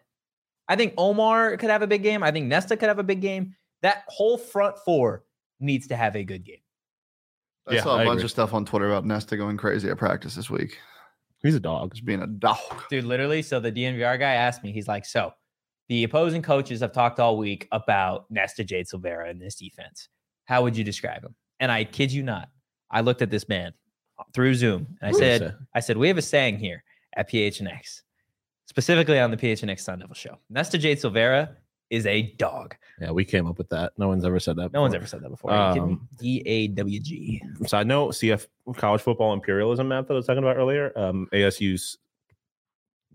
Speaker 1: I think Omar could have a big game. I think Nesta could have a big game. That whole front four needs to have a good game.
Speaker 2: I
Speaker 3: Yeah,
Speaker 2: saw a
Speaker 3: I
Speaker 2: bunch
Speaker 3: agree.
Speaker 2: of stuff on Twitter about Nesta going crazy at practice this week.
Speaker 3: He's a dog.
Speaker 2: Just being a dog.
Speaker 1: Dude, literally. So the DNVR guy asked me, he's like, So the opposing coaches have talked all week about Nesta Jade Silvera and this defense. How would you describe him? And I kid you not, I looked at this man through Zoom and I said, I said, we have a saying here at PHNX, specifically on the PHNX Sun Devil show. Nesta Jade Silvera is a dog.
Speaker 3: yeah, we came up with that. No one's ever said that.
Speaker 1: No
Speaker 3: before.
Speaker 1: one's ever said that before. Are you kidding
Speaker 3: Um,
Speaker 1: me? D A W G.
Speaker 3: So I know CF college football imperialism map that I was talking about earlier. Um, ASU's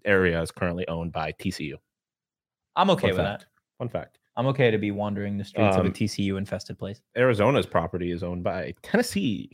Speaker 3: area is currently owned by TCU.
Speaker 1: I'm okay
Speaker 3: Fun
Speaker 1: with
Speaker 3: fact.
Speaker 1: that.
Speaker 3: Fun fact.
Speaker 1: I'm okay to be wandering the streets of a
Speaker 3: Um,
Speaker 1: TCU infested place.
Speaker 3: Arizona's property is owned by Tennessee.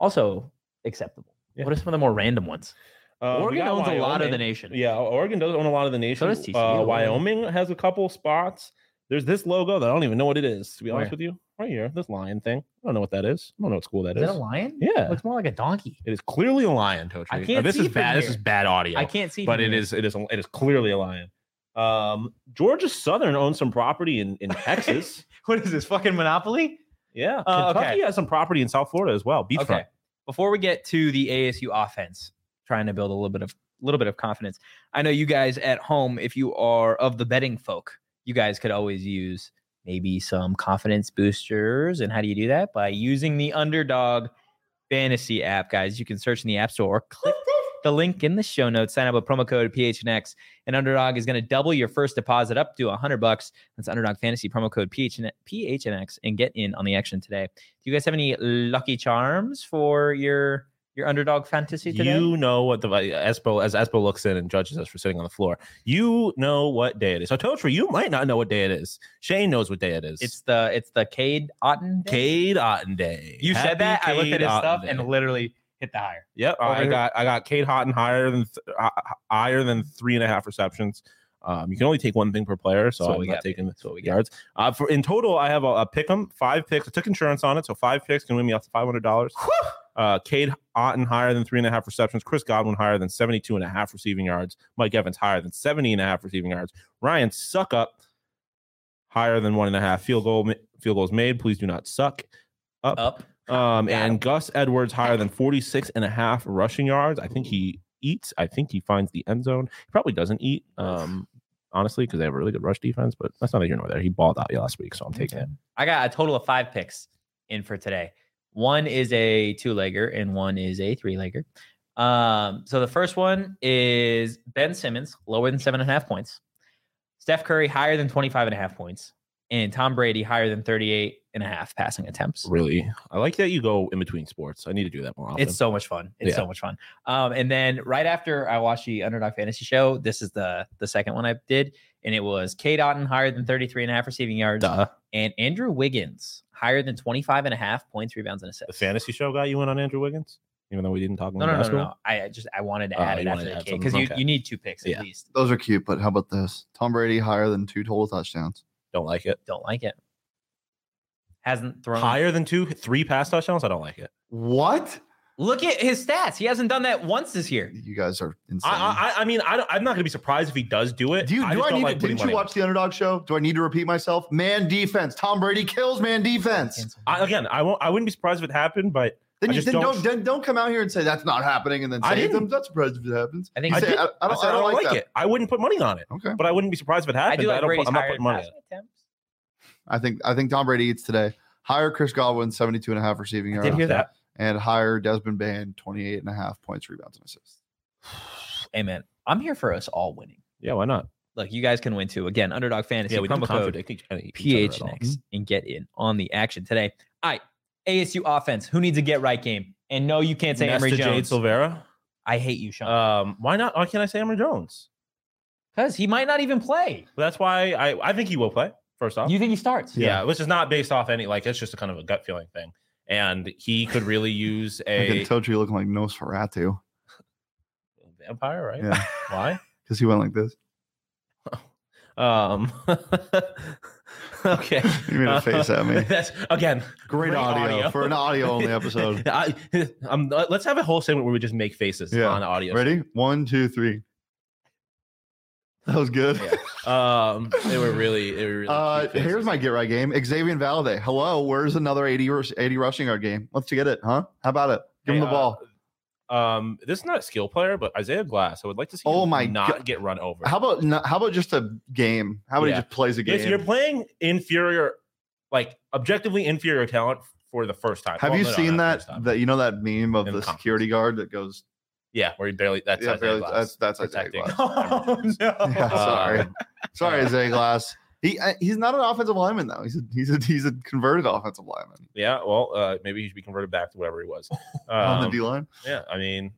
Speaker 1: Also acceptable.
Speaker 3: Yeah.
Speaker 1: What are some of the more random ones?
Speaker 3: Uh, we
Speaker 1: Oregon
Speaker 3: got
Speaker 1: owns a lot of the
Speaker 3: Wyoming.
Speaker 1: nation.
Speaker 3: Yeah, Oregon does own a lot of the nation.
Speaker 1: does TCU.
Speaker 3: Uh, Wyoming has a couple spots. There's this logo that I don't even know what it is. To be
Speaker 1: Where?
Speaker 3: honest with you, right here, this lion thing. I don't know what that is. I don't know what school that
Speaker 1: Is
Speaker 3: is.
Speaker 1: that a lion?
Speaker 3: Yeah.
Speaker 1: Looks more like a donkey.
Speaker 3: It is clearly a lion, Totri.
Speaker 1: I can't
Speaker 3: this
Speaker 1: see
Speaker 3: is
Speaker 1: from
Speaker 3: bad. This
Speaker 1: here.
Speaker 3: is bad audio.
Speaker 1: I can't see.
Speaker 3: but
Speaker 1: from
Speaker 3: it
Speaker 1: here.
Speaker 3: is it is it is clearly a lion. Um, Georgia Southern owns some property in in Texas.
Speaker 1: What is this fucking Monopoly?
Speaker 3: yeah,
Speaker 1: Uh,
Speaker 3: Kentucky
Speaker 1: okay.
Speaker 3: has some property in South Florida as well. Beachfront.
Speaker 1: Okay. Before we get to the ASU offense, trying to build a little bit of little bit of confidence. I know you guys at home, if you are of the betting folk, you guys could always use maybe some confidence boosters. And how do you do that? By using the underdog fantasy app, guys. You can search in the app store or click the link in the show notes. Sign up with promo code PHNX. And Underdog is going to double your first deposit up to 100 bucks. That's Underdog Fantasy promo code PHN- PHNX and get in on the action today. Do you guys have any lucky charms for your your underdog fantasy today?
Speaker 3: You know what the Espo as Espo looks in and judges us for sitting on the floor. You know what day it is. So Totri, you might not know what day it is. Shane knows what day it is.
Speaker 1: It's the it's the Cade Otten. day?
Speaker 3: Cade Otten Day.
Speaker 1: You
Speaker 3: Happy
Speaker 1: said that. I looked
Speaker 3: Cade
Speaker 1: at his
Speaker 3: Otten
Speaker 1: stuff
Speaker 3: Day.
Speaker 1: and literally hit the higher.
Speaker 3: Yep,
Speaker 1: Over
Speaker 3: I
Speaker 1: here.
Speaker 3: got I got Kate Houghton higher than th- uh, higher than three and a half receptions. Um, you can only take one thing per player, so
Speaker 1: That's what
Speaker 3: I'm
Speaker 1: we
Speaker 3: not
Speaker 1: got,
Speaker 3: taking
Speaker 1: That's what we got.
Speaker 3: yards. Uh, for in total, I have a, a pick 'em, five picks. I took insurance on it, so five picks can win me up to five hundred dollars. Uh, Cade Otten higher than three and a half receptions. Chris Godwin higher than 72 and a half receiving yards. Mike Evans higher than 70 and a half receiving yards. Ryan suck up higher than one and a half field goal field goals made. Please do not suck up.
Speaker 1: Up.
Speaker 3: Um,
Speaker 1: Got
Speaker 3: and Gus Edwards higher than 46 and a half rushing yards. I think he eats. I think he finds the end zone. He probably doesn't eat, um, honestly, because they have a really good rush defense, but that's not here nor there. He balled out last week, so I'm taking it.
Speaker 1: I got a total of five picks in for today. One is a two legger and one is a three legger. Um, so the first one is Ben Simmons, lower than seven and a half points. Steph Curry, higher than 25 and a half points. And Tom Brady, higher than 38 and a half passing attempts.
Speaker 3: Really, I like that you go in between sports. I need to do that more often.
Speaker 1: It's so much fun. It's
Speaker 3: Yeah.
Speaker 1: so much fun. Um, and then right after I watched the Underdog Fantasy Show, this is the the second one I did, and it was Kate Otten higher than 33 and a half receiving yards,
Speaker 2: uh,
Speaker 3: Duh.
Speaker 1: and Andrew Wiggins higher than 25 and a half points, rebounds, and
Speaker 3: The
Speaker 1: assists.
Speaker 3: fantasy show guy you went on Andrew Wiggins, even though we didn't talk
Speaker 1: No, no,
Speaker 3: about
Speaker 1: no, no,
Speaker 3: basketball.
Speaker 1: no. I I just I wanted to
Speaker 3: Oh,
Speaker 1: add
Speaker 3: you
Speaker 1: it
Speaker 3: wanted
Speaker 1: after
Speaker 3: to
Speaker 1: the
Speaker 3: add
Speaker 1: Kate
Speaker 3: something.
Speaker 1: because you,
Speaker 3: Okay.
Speaker 1: you need two picks at
Speaker 3: Yeah.
Speaker 1: least.
Speaker 2: Those are cute, but how about this? Tom Brady higher than two total touchdowns.
Speaker 3: Don't like it.
Speaker 1: Don't like it. Hasn't thrown.
Speaker 3: Higher than two, three pass touchdowns. I don't like it.
Speaker 2: What?
Speaker 1: Look at his stats. He hasn't done that once this year.
Speaker 2: You guys are insane.
Speaker 3: I, I, I mean, I don't, I'm not going to be surprised if he does do it.
Speaker 2: do you, do
Speaker 3: just
Speaker 2: I
Speaker 3: don't
Speaker 2: need
Speaker 3: like
Speaker 2: to,
Speaker 3: putting
Speaker 2: didn't
Speaker 3: money
Speaker 2: you
Speaker 3: on it.
Speaker 2: watch the underdog show? Do I need to repeat myself? Man defense. Tom Brady kills man defense.
Speaker 3: I, again, I won't. I wouldn't be surprised if it happened, but
Speaker 2: Then
Speaker 3: I
Speaker 2: you
Speaker 3: just
Speaker 2: then don't,
Speaker 3: don't-
Speaker 2: then don't come out here and say that's not happening and then
Speaker 3: I
Speaker 2: say
Speaker 3: didn't.
Speaker 2: them. That's surprised if it happens.
Speaker 1: I think
Speaker 2: You
Speaker 1: I
Speaker 2: say,
Speaker 3: did.
Speaker 2: I,
Speaker 3: I
Speaker 2: don't,
Speaker 3: said I don't, like,
Speaker 2: that.
Speaker 3: it. I wouldn't put money on it,
Speaker 2: Okay.
Speaker 3: but I wouldn't be surprised if it
Speaker 1: I
Speaker 3: happened.
Speaker 1: do
Speaker 3: but
Speaker 1: like
Speaker 3: don't put-
Speaker 1: Brady's
Speaker 3: I'm not
Speaker 1: higher
Speaker 3: putting money on it.
Speaker 1: passing attempts.
Speaker 2: I think I think Tom Brady eats today. Higher Chris Godwin, 72 and a half receiving
Speaker 1: I
Speaker 2: yards.
Speaker 1: did hear that.
Speaker 2: And higher Desmond Bain, 28 and a half points, rebounds, and assists.
Speaker 1: Amen. I'm here for us all winning.
Speaker 3: Yeah, why not?
Speaker 1: Look, you guys can win too. Again, Underdog Fantasy
Speaker 3: Yeah, we don't
Speaker 1: promo code
Speaker 3: contradict each, any- each other at all. Hmm?
Speaker 1: PHNX and get in on the action today. All right, ASU offense. Who needs a get right game? And no, you can't say
Speaker 3: Nesta
Speaker 1: Emory
Speaker 3: Jade
Speaker 1: Jones.
Speaker 3: Silvera.
Speaker 1: I hate you, Sean.
Speaker 3: Um, why not? Why can't I say Emory Jones?
Speaker 1: Because he might not even play.
Speaker 3: But that's why I, I think he will play, first off.
Speaker 1: You think he starts?
Speaker 3: yeah. which is not based off any, like, it's just a kind of a gut feeling thing. And he could really use
Speaker 2: I can
Speaker 3: a
Speaker 2: tell you looking like Nosferatu
Speaker 3: vampire, right?
Speaker 2: Yeah.
Speaker 3: Why?
Speaker 2: because he went like this.
Speaker 3: Um, okay.
Speaker 2: You made a face at me.
Speaker 3: That's again
Speaker 2: Great,
Speaker 3: Great
Speaker 2: audio,
Speaker 3: audio.
Speaker 2: for an audio only episode.
Speaker 3: I, um, let's have a whole segment where we just make faces
Speaker 2: Yeah.
Speaker 3: on audio.
Speaker 2: Ready? One, two, three. That was good.
Speaker 3: Yeah. Um, they were really, they were really.
Speaker 2: Uh,
Speaker 3: cute faces.
Speaker 2: here's my get right game. Xavier Valade. Hello, where's another 80, rush- 80 rushing yard game? Let's get it, huh? How about it? Give
Speaker 3: Hey,
Speaker 2: him the
Speaker 3: uh,
Speaker 2: ball.
Speaker 3: Um, this is not a skill player, but Isaiah Glass. I would like to see.
Speaker 2: Oh
Speaker 3: him
Speaker 2: my
Speaker 3: Not
Speaker 2: God.
Speaker 3: get run over.
Speaker 2: How about not, how about just a game? How about
Speaker 3: Yeah.
Speaker 2: he just plays a game?
Speaker 3: Yes, you're playing inferior, like objectively inferior talent for the first time.
Speaker 2: Have
Speaker 3: Well,
Speaker 2: you
Speaker 3: no, no, not
Speaker 2: seen that
Speaker 3: first time.
Speaker 2: that you know that meme of
Speaker 3: In
Speaker 2: the
Speaker 3: conference.
Speaker 2: security guard that goes?
Speaker 3: Yeah, where he barely. That's
Speaker 2: yeah,
Speaker 3: Isaiah
Speaker 2: barely-
Speaker 3: Glass
Speaker 2: that's that's Isaiah
Speaker 3: protecting.
Speaker 2: Glass.
Speaker 3: Oh no!
Speaker 2: Yeah,
Speaker 1: Uh,
Speaker 2: sorry,
Speaker 3: Um,
Speaker 2: sorry, Isaiah Glass. He uh, he's not an offensive lineman though. He's a, he's a he's a converted offensive lineman
Speaker 3: yeah, well, uh, maybe he should be converted back to whatever he was.
Speaker 2: on the
Speaker 3: Um,
Speaker 2: D line.
Speaker 3: Yeah, I mean,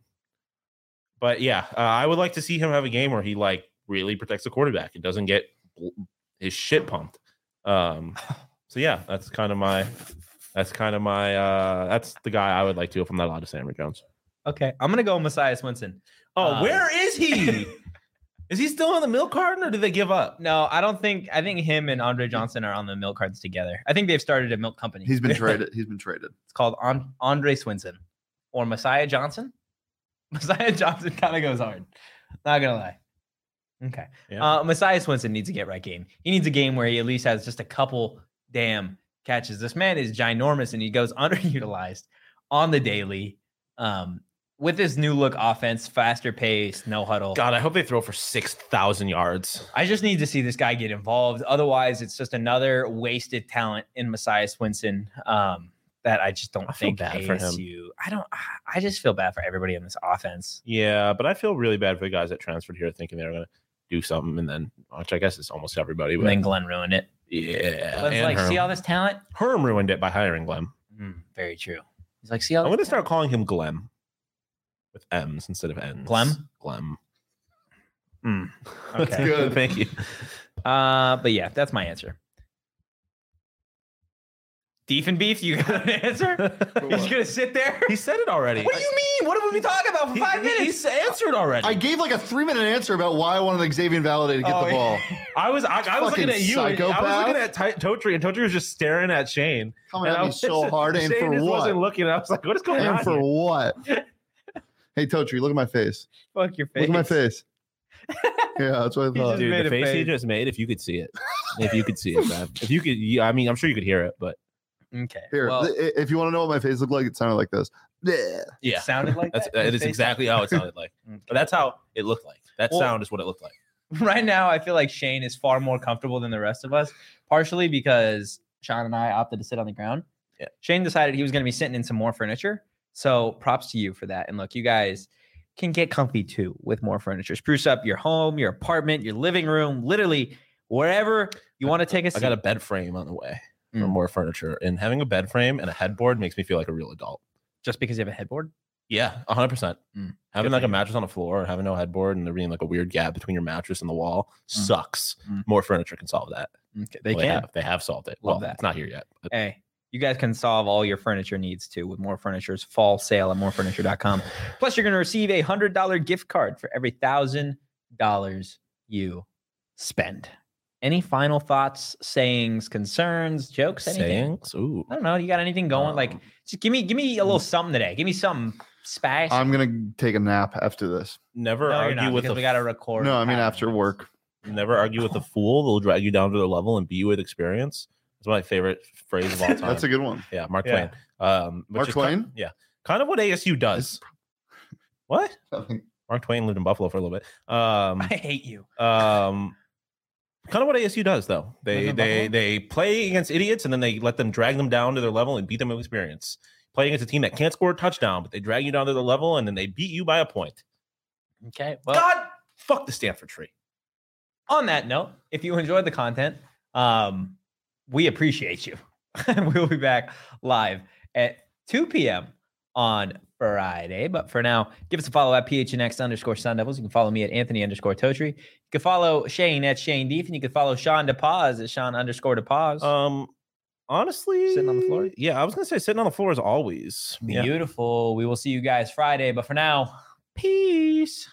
Speaker 3: but yeah, uh, I would like to see him have a game where he like really protects the quarterback and doesn't get his shit pumped. Um, so yeah, that's kind of my, that's kind of my, uh, that's the guy I would like to if I'm not allowed to say Emory Jones.
Speaker 1: Okay. I'm going to go Messiah Swinson.
Speaker 3: Oh,
Speaker 1: Uh,
Speaker 3: where is he? is he still on the milk carton or did they give up?
Speaker 1: No, I don't think. I think him and Andre Johnson are on the milk cards together. I think they've started a milk company.
Speaker 2: He's been traded. He's been traded.
Speaker 1: It's called An- Andre Swinson or Messiah Johnson. Messiah Johnson kind of goes hard. Not gonna lie. Okay.
Speaker 3: Yeah.
Speaker 1: Uh, Messiah Swinson needs to get right game. He needs a game where he at least has just a couple damn catches. This man is ginormous and he goes underutilized on the daily. Um, with this new look offense, faster pace, no huddle.
Speaker 3: God, I hope they throw for six thousand yards.
Speaker 1: I just need to see this guy get involved. Otherwise, it's just another wasted talent in Messiah Swinson um, that I just don't
Speaker 3: I feel
Speaker 1: think
Speaker 3: bad for him.
Speaker 1: ASU. I don't. I just feel bad for everybody in this offense.
Speaker 3: Yeah, but I feel really bad for the guys that transferred here, thinking they were gonna do something, and then which I guess it's almost everybody.
Speaker 1: And
Speaker 3: But
Speaker 1: then Glenn ruined it.
Speaker 3: yeah,
Speaker 1: Glenn's
Speaker 3: and
Speaker 1: like,
Speaker 3: Herm.
Speaker 1: see all this talent?
Speaker 3: Herm ruined it by hiring Glem.
Speaker 1: Mm, very true. He's like, see all
Speaker 3: I'm
Speaker 1: this
Speaker 3: going to start calling him Glem with M's instead of N's.
Speaker 1: Glem?
Speaker 3: Glem. Hmm.
Speaker 1: That's
Speaker 2: good.
Speaker 3: Thank you.
Speaker 1: Uh, but yeah, that's my answer. Beef and beef, you got an answer? He's
Speaker 2: what?
Speaker 1: gonna sit there?
Speaker 3: He said it already.
Speaker 1: What do you mean? What have we been talking about for
Speaker 3: He-
Speaker 1: five
Speaker 3: he-
Speaker 1: minutes?
Speaker 3: He's answered already.
Speaker 2: I
Speaker 3: I,
Speaker 2: gave like a three minute answer about why I wanted Xavier Valade to get
Speaker 1: Oh,
Speaker 2: the ball.
Speaker 3: was I, I was
Speaker 2: Fucking
Speaker 3: looking at you. and I
Speaker 2: psychopath.
Speaker 3: was looking at Ty- Totri, and Totri was just staring at Shane.
Speaker 2: Coming
Speaker 3: and
Speaker 2: at
Speaker 3: I
Speaker 2: me
Speaker 3: was
Speaker 2: so
Speaker 3: just-
Speaker 2: hard, and
Speaker 3: Shane
Speaker 2: for
Speaker 3: just wasn't
Speaker 2: what?
Speaker 3: looking. I was like, what is going
Speaker 2: And
Speaker 3: on?
Speaker 2: for
Speaker 3: here?
Speaker 2: what? Hey Totri, look at my face.
Speaker 1: Fuck your
Speaker 2: Look
Speaker 1: face.
Speaker 2: at my face. Yeah, that's what I thought.
Speaker 1: just-
Speaker 3: Dude,
Speaker 1: made
Speaker 3: the
Speaker 1: a
Speaker 3: face he
Speaker 1: face.
Speaker 3: just made, if you could see it. If you could see it, man. If you could, yeah, I mean, I'm sure you could hear it, but
Speaker 1: Okay.
Speaker 2: Here,
Speaker 1: well,
Speaker 2: i- if you want to know what my face looked like, it sounded like this. Yeah.
Speaker 3: yeah.
Speaker 1: sounded like
Speaker 3: That's,
Speaker 1: that?
Speaker 3: it
Speaker 1: His
Speaker 3: is
Speaker 1: face?
Speaker 3: exactly how it sounded like.
Speaker 1: Okay.
Speaker 3: But that's how it looked like. That
Speaker 1: Well-
Speaker 3: sound is what it looked like.
Speaker 1: right now I feel like Shane is far more comfortable than the rest of us, partially because Sean and I opted to sit on the ground.
Speaker 3: Yeah.
Speaker 1: Shane decided he was going to be sitting in some more furniture. So props to you for that. And look, you guys can get comfy too with more furniture. Spruce up your home, your apartment, your living room, literally wherever you want to take a
Speaker 3: I
Speaker 1: seat.
Speaker 3: got a bed frame on the way for
Speaker 1: Mm.
Speaker 3: more furniture, and having a bed frame and a headboard makes me feel like a real adult.
Speaker 1: just because you have a headboard.
Speaker 3: Yeah, hundred percent.
Speaker 1: Mm.
Speaker 3: Having
Speaker 1: Good
Speaker 3: like
Speaker 1: for
Speaker 3: a
Speaker 1: you.
Speaker 3: mattress on the floor and having no headboard and there being like a weird gap between your mattress and the wall sucks.
Speaker 1: Mm.
Speaker 3: More furniture can solve that.
Speaker 1: Okay, they
Speaker 3: Well,
Speaker 1: can.
Speaker 3: have. They have solved it.
Speaker 1: Love
Speaker 3: well,
Speaker 1: that.
Speaker 3: it's not here yet. but-
Speaker 1: Hey, you guys can solve all your furniture needs too with More Furniture's fall sale at morefurniture.com. Plus, you're going to receive a $100 gift card for every $1,000 you spend. Any final thoughts, sayings, concerns, jokes, anything?
Speaker 3: Sayings? Ooh.
Speaker 1: I don't know. You got anything going? like,
Speaker 3: Um,
Speaker 1: just give me, give me a little something today. Give me something spicy.
Speaker 2: I'm gonna take a nap after this.
Speaker 1: no,
Speaker 3: never
Speaker 1: you're
Speaker 3: argue
Speaker 1: not,
Speaker 3: with
Speaker 1: because
Speaker 3: a
Speaker 1: we got to
Speaker 3: f-
Speaker 1: record.
Speaker 2: no, I
Speaker 1: afterwards.
Speaker 2: mean after work.
Speaker 3: never argue with a fool. They'll drag you down to their level and beat you with experience. It's my favorite phrase of all time.
Speaker 2: That's a good one.
Speaker 3: yeah, Mark
Speaker 1: Yeah.
Speaker 3: Twain. Um, which
Speaker 2: Mark
Speaker 3: is ki-
Speaker 2: Twain?
Speaker 3: yeah, kind of what ASU does. What?
Speaker 2: I think-
Speaker 3: Mark Twain lived in Buffalo for a little bit. Um,
Speaker 1: I hate you.
Speaker 3: um, kind of what ASU does though. They
Speaker 1: Lived in
Speaker 3: they
Speaker 1: Buffalo?
Speaker 3: they play against idiots and then they let them drag them down to their level and beat them with experience. Play against a team that can't score a touchdown, but they drag you down to their level and then they beat you by a point.
Speaker 1: Okay. Well,
Speaker 3: God, fuck the Stanford tree.
Speaker 1: on that note, if you enjoyed the content, um, we appreciate you. we'll be back live at 2 p.m. on Friday. But for now, give us a follow at PHNX underscore Sun Devils. You can follow me at Anthony underscore Totri. You can follow Shane at Shane Deef, and you can follow Sean DePaz at Sean underscore DePaz.
Speaker 3: Um, honestly,
Speaker 1: Sitting on the floor?
Speaker 3: Yeah, I was gonna say sitting on the floor is always. Yeah.
Speaker 1: Beautiful. We will see you guys Friday. But for now, peace.